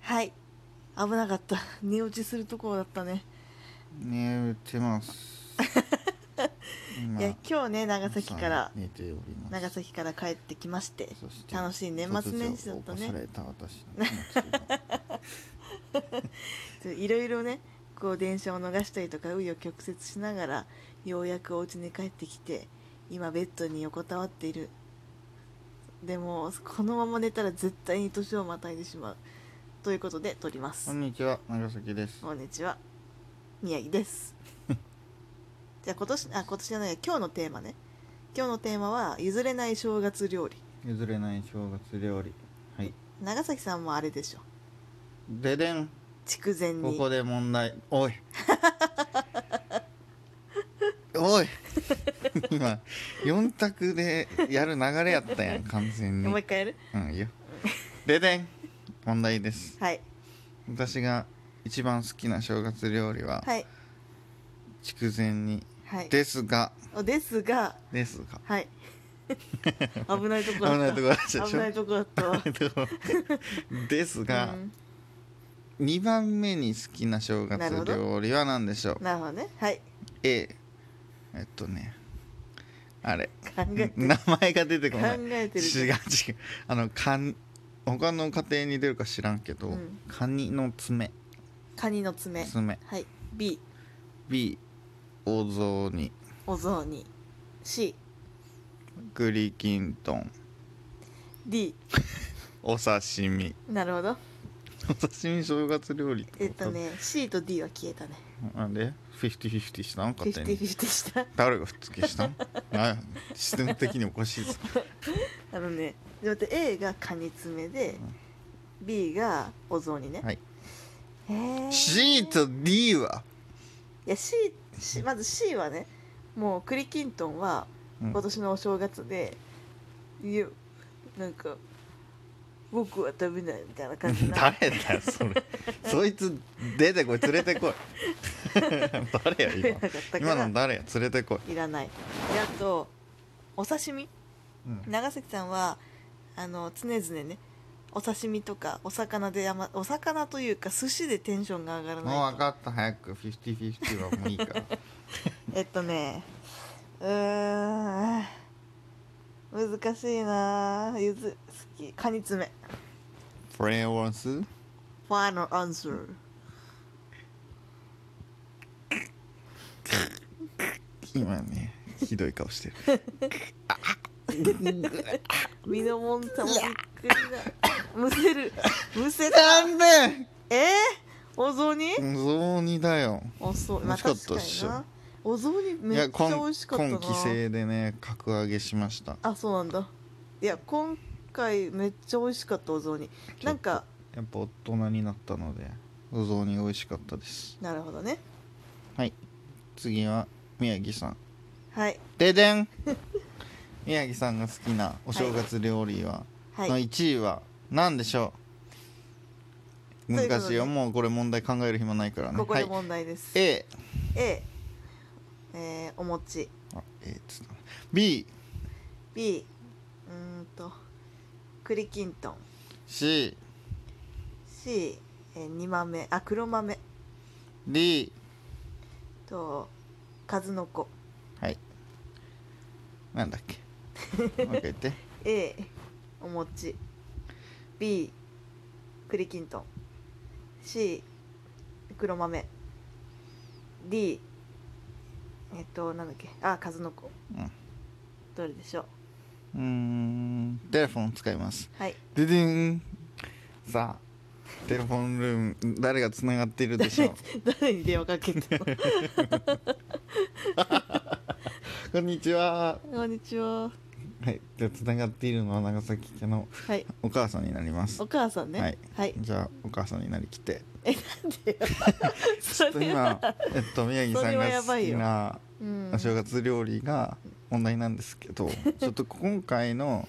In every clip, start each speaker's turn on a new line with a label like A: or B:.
A: はい危なかった 寝落ちするところだったね、
B: 寝てます 今
A: いや今日ね長崎から
B: 寝ております
A: 長崎から帰ってきまして
B: そして
A: 楽しい年末年始だった
B: 突如起こさ
A: ね
B: れた私の気持ちが
A: いろいろねこう電車を逃したりとか紆余曲折しながらようやくお家に帰ってきて今ベッドに横たわっているでもこのまま寝たら絶対に年をまたいでしまうということで撮りま
B: こ
A: す
B: んにちは長崎です
A: こんにちは宮城です じゃあ今年あ今年じゃない今日のテーマね今日のテーマは譲れない正月料理
B: 譲れない正月料理はい
A: 長崎さんもあれでしょ
B: ででん
A: 筑前
B: こ
A: に
B: こで問題 おいおい今4択でやる流れやったやん完全に
A: もう一回やる
B: うんいいよででん問題です
A: はい
B: 私が一番好きな正月料理は
A: はい
B: 筑前煮
A: はい
B: ですが
A: おですが
B: ですが
A: はい 危ないとこ
B: 危な
A: だ
B: い
A: っ
B: とこあるでしょ
A: た危ないとこだったわ
B: えっとですが
A: う、ん
B: 2番目に好きな正
A: なる
B: 月
A: ほど
B: 料理は何でしょう
A: なるほどねはい
B: A えっとねあれ
A: 考え
B: 名前が出てこ
A: 考
B: ない違う
A: えてる
B: 違うあのカニ他の家庭に出るか知らんけど、
A: うん
B: カニの爪
A: カニの爪
B: 爪
A: はい B
B: B お雑煮
A: お雑煮 C
B: 栗きんとん
A: D
B: お刺身
A: なるほど
B: お刺身正月料理って
A: え
B: こ
A: っとね C と D は消えたね
B: なんで50-50したん
A: フィフテ
B: 勝手
A: ィ
B: に
A: フィフティした
B: 誰がふっつけしたんなシステム的におかしいぞ
A: あのねで待って A がカニ爪で
B: ん
A: B がお雑煮ね
B: はい
A: へー
B: C と D はい
A: や C, C まず C はねもう栗きんとんは
B: うん
A: 今年のお正月で、いやなんか僕は食べないみたいな感じな
B: 誰だよそれそいつ出てこい連れてこい 誰
A: 食べ
B: や
A: なかったか
B: 今今
A: ら
B: の誰や連れてこい、
A: いらないであとお刺身
B: うん
A: 長崎さんはあの常々ねお刺身とかお魚であまお魚というか寿司でテンションが上がら
B: もう
A: ない
B: 分
A: と
B: かった早く50-50はもういいから
A: えっとねうーん難しいなあゆず好きカニ爪
B: これはす
A: Final answer
B: 今ねひどい顔 してる
A: 身のもんたもびっくりだ むせるむせた
B: なんで
A: えー、お雑煮
B: 雑煮だよ
A: おそう
B: 美
A: まあ
B: 味し
A: 確か
B: かったっし
A: に
B: ょ
A: なお雑煮
B: い
A: めっ
B: や
A: ちゃ
B: 今
A: 美味しかったな
B: 今帰省でね格上げしました
A: あそうなんだいや今回めっちゃ美味しかったお雑煮なんか
B: やっぱ大人になったのでお雑煮美味しかったです
A: なるほどね
B: はい次は宮城さん
A: はい
B: でで ん宮城さんが好きなお正月料理は、
A: はい、
B: の1位は何でしょう
A: ということで
B: 難しいよもうこれ問題考える暇ないからね
A: ここで
B: はい、
A: 問題です、
B: A
A: A えー、お餅
B: あ A っつった B
A: B うーんと栗きんとん
B: C
A: C、えー、煮豆あ黒豆
B: D
A: と数の子
B: はいなんだっ けもう一回言って
A: A お餅 B 栗きんとん C 黒豆 D えっとなんだっけあ数の子
B: うん
A: どれでしょう
B: うーんテレフォン使います
A: はい
B: ででんさあテレフォンルーム誰がつながっているで しょう
A: 誰に電話かけて
B: こんにちは
A: こんにちは
B: はいじゃあつながっているのは長崎家の
A: はい
B: お母さんになります
A: お母さんね
B: はい
A: はい、
B: じゃあお母さんになりきって
A: えなんでよそ
B: ちょっと
A: れは
B: 今えっと宮城さん
A: それは
B: が
A: やば
B: 好
A: い
B: き
A: よ
B: な
A: うん
B: お正月料理が問題なんですけどちょっと今回の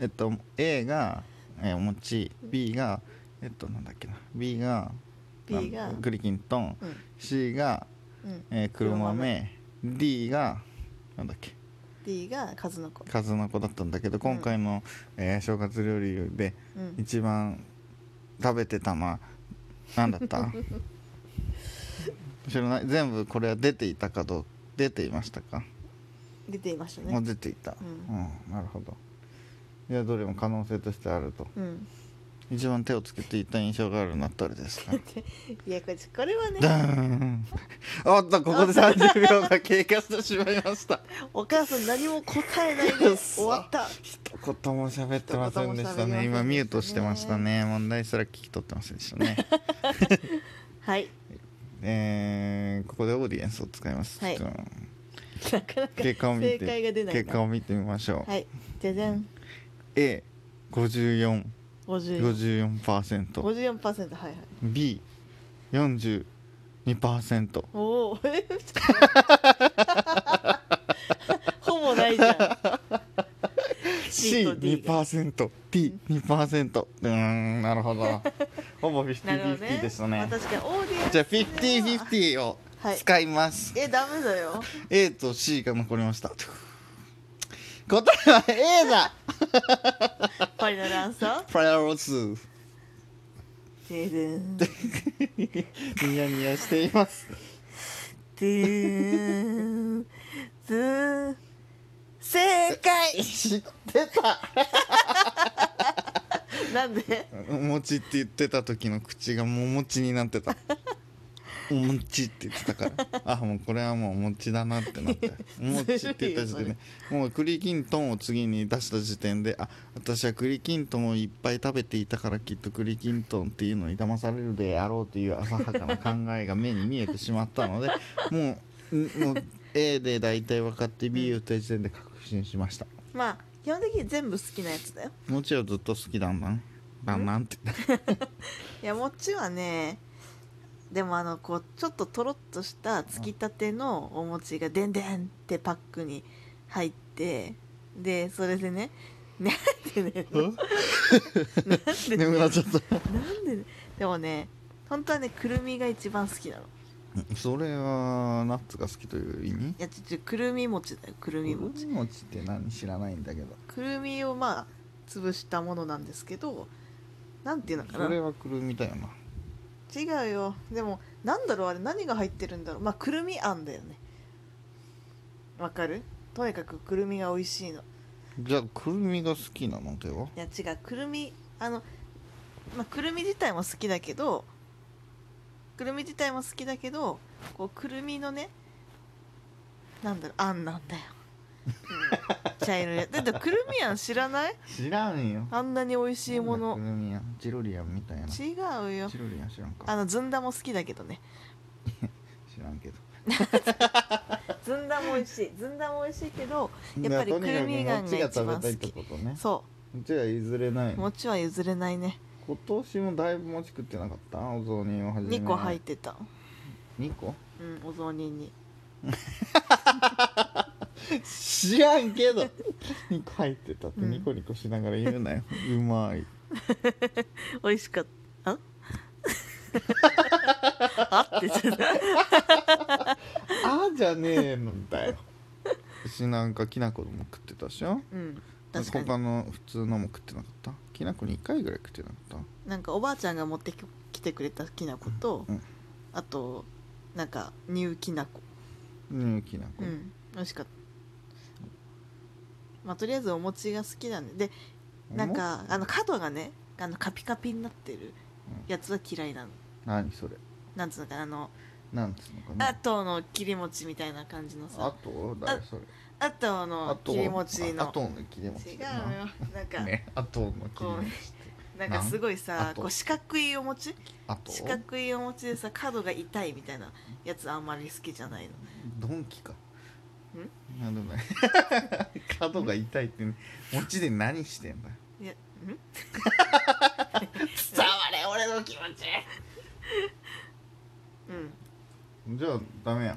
B: えっと A がえーお餅 B がえっとなんだっけな B が
A: B が
B: あ栗きんとん
A: うん
B: C が
A: うん
B: えー、黒
A: 黒
B: 豆
A: 豆
B: D がなんだっけ
A: D が数の子
B: 数の子だったんだけど今回の、えー正月料理で
A: うん
B: 一番食べてたのは何だった 知らない全部これは出ていたかどう出ていましたか、
A: 出ていました
B: もう
A: ね
B: 出ていた、
A: う
B: うんなるほどいやどれも可能性としてあると
A: うん
B: 一番手をつけていた印象があるのはどれで すか
A: いやこれこれはね
B: ダーン おっとここで30秒が経過してしまいました
A: お母さん何も答えないで終わった
B: 一言も喋ってません
A: 一言も喋りません
B: でした
A: でした
B: ね
A: ね
B: 今ミュートしてましたね問題すら聞き取ってませんでした ね
A: はい
B: えー、ここでオーディエンスを使います、
A: はい
B: ちょ っと
A: なかなか
B: 結果を見て
A: 正解が出ないな
B: 結果を見てみましょう、
A: はいじゃじゃん
B: A54
A: 50
B: 54%B42%
A: 54%はいはいお おほぼないじゃん C と D が
B: C2% D2% うーんなる ほどほぼ
A: なるほどね
B: 50-50でしたね
A: まあ確かにオーディエンス
B: じゃあ50-50を
A: はい
B: 使います、
A: えダメだよ
B: A と C が残りました答えは A だ
A: ファイナルアンサ
B: プラロス
A: ーででん
B: ニヤニヤしています
A: でーんずーん正解
B: 知ってた
A: なんで
B: お餅って言ってた時の口がもうお餅になってたお餅って言ってたからあもうこれはもうお餅だなってなってお餅って言った時点でもう栗きんとんを次に出した時点であ私は栗きんとんをいっぱい食べていたからきっと栗きんとんっていうのに騙されるであろうという浅はかな考えが目に見えてしまったのでもうんもう A で大体分かって B を打った時点で確信しました
A: まあ基本的に全部好きなやつだよ
B: もちろんずっと好きだんだんだんだんって言った
A: いやもちはねでもあのこうちょっととろっとしたつきたてのお餅がでんでんってパックに入ってでそれでね なんでね
B: うん
A: なんでね
B: 眠くなっちゃった
A: なんでねでもね本当はねくるみが一番好きなのい
B: それはナッツが好きという意味
A: やちょちょくるみ餅だよくるみ餅
B: もちって何知らないんだけど
A: くるみをまあ潰したものなんですけどなんていうのか
B: それ
A: な
B: はくるみだよな
A: 違うよでもなんだろうあれ何が入ってるんだろうまあくるみあんだよねわかるとにかくくるみが美味しいの
B: じゃあくるみが好きなのではい
A: や違うくるみあの、まあ、くるみ自体も好きだけどくるみ自体も好きだけどこうくるみのねなんだろうあんなんだようん茶色いやだってくるみあん知らない
B: 知らんよ
A: あんなに美味しいもの
B: くるみやんチロリアンみたいなチ
A: 違うよ
B: ロリアン知らんか
A: あのずんだも好きだけどね
B: 知らんけど
A: ずんだも美味しいずんだも美味しいけどやっぱりくるみがんが一番好き
B: だからとにかく餅が食べたいってことね
A: そ
B: じゃあ譲れないう
A: 餅は譲れないね
B: 今年もだいぶ餅食ってなかったお雑煮をはじめ
A: 2個入ってた
B: 2個
A: うんお雑煮に
B: 知らんけ ど2個入ってたって
A: うん
B: ニコニコしながら言うなよ、うまい
A: 美味しかったああってちょっと
B: あじゃねえのだよ私なんかきな粉も食ってたでしょ
A: うん確かに
B: 他の普通のも食ってなかったきな粉2回ぐらい食ってなかっ
A: なんかおばあちゃんが持ってき来てくれたきな粉と、
B: うん
A: あとなんか乳きな粉
B: たねえきな
A: う
B: 粉、
A: ん美味しかったまあとりあえずお餅が好きなんででなんかあの角がねあのカピカピになってるやつは嫌いなの
B: 重っ何それ
A: なんつうのかなあの
B: なんつうのかな
A: あとの切り餅みたいな感じの
B: あ
A: さ
B: と誰それ
A: あとの切り餅
B: あ
A: の
B: との切り餅
A: 違うよなんか、
B: ねあとの切り
A: こ
B: 餅
A: なんかすごい
B: なん
A: さ
B: あと
A: こう四角いお餅
B: あと
A: 四角いお餅でさ角が痛いみたいなやつあんまり好きじゃないの
B: ドンキかなんでもない 角が痛いってね餅で何してんだよ
A: い やん
B: 伝われ俺の気持ち
A: うん
B: じゃあダメやん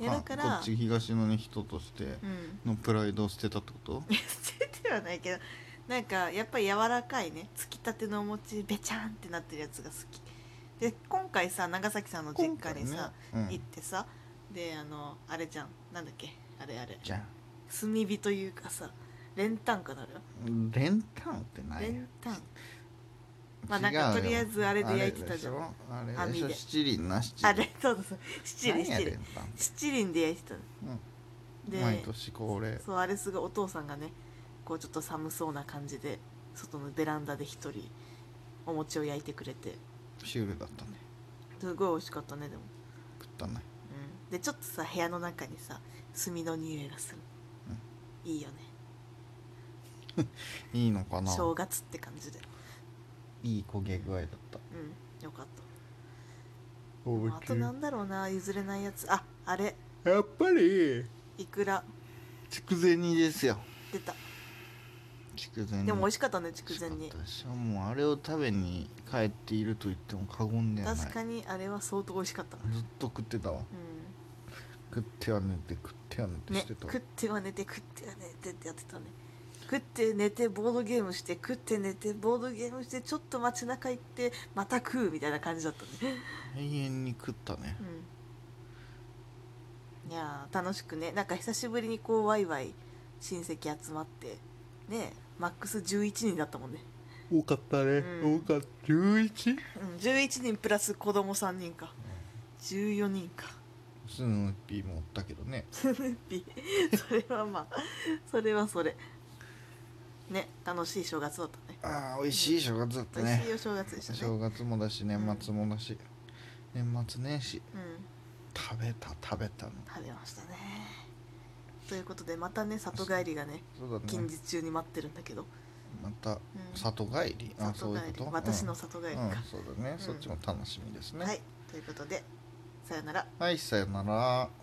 A: いや
B: あ
A: だから
B: こっち東のね人として
A: うん
B: のプライドを捨てたってこと
A: いや捨ててはないけどなんかやっぱり柔らかいねつきたてのお餅べちゃんってなってるやつが好きで今回さ長崎さんの実家にさ、
B: 今回ねう
A: 行っ
B: ん、
A: てさであのあれじゃんなんだっけあれあれ
B: じゃ
A: 炭火というかさ練炭かなるよ
B: あ練炭ってない
A: 練炭まあなんか
B: 違うよ
A: とりあえずあれで焼いてたじゃん
B: あれでしょあれでし
A: 網
B: ょ
A: で
B: 七輪な七輪
A: あれそうそうそう七輪
B: 何や
A: 七
B: れん
A: 輪七輪で焼いてたの
B: な
A: で
B: 毎年恒例
A: そうあれすごいお父さんがねこうちょっと寒そうな感じで外のベランダで一人お餅を焼いてくれて
B: シュールだったね
A: すごい美味しかったねでも、
B: 食ったね
A: うん、でちょっとさ部屋の中にさ炭の匂いがする、いいよね
B: いいのかな
A: 正月って感じで
B: いい焦げ具合だった
A: うんよかった
B: お
A: あとなんだろうな譲れないやつああれ
B: やっぱり
A: いくら
B: 筑前煮ですよ
A: 出た
B: 筑前煮
A: でも美味
B: し
A: しかったね筑前煮
B: かったしもうあれを食べに帰っていると言っても過言ではない
A: 確かにあれは相当美味しかった、
B: ずっと食ってたわ
A: う
B: 食っては寝て食っては寝
A: ん
B: て
A: ね
B: してたわ、
A: 食っては寝て食っては寝てってやってたね食って寝てボードゲームして食って寝てボードゲームしてちょっと街中行ってまた食うみたいな感じだったね、
B: 永遠に食ったね
A: うん、いやー楽しくねなんか久しぶりにこうワイワイ親戚集まってねマックス11人だったもんね、
B: 多かったね
A: うん
B: 多かった 11?
A: うん、11人プラス子供3人か14人か
B: スヌーピーもおったけどね
A: ピ それはまあそれはそれね楽しい正月だったね
B: あー美味しい正月だった
A: 美味し
B: ね
A: いお正月でしたね
B: 正月もだし年末もだし、年末年始
A: うん
B: 食べた食べたの
A: 食べましたねということでまたね里帰りがね
B: そうだ
A: 近
B: ね
A: 日中に待ってるんだけど、
B: また
A: うん
B: 里帰り、あそう
A: 里
B: いう
A: 帰り
B: こと
A: 私の
B: 里
A: 里
B: 帰
A: 帰り
B: うん、
A: か、
B: そうだね、そっちも楽しみですね
A: はいということでさよなら
B: はいさよなら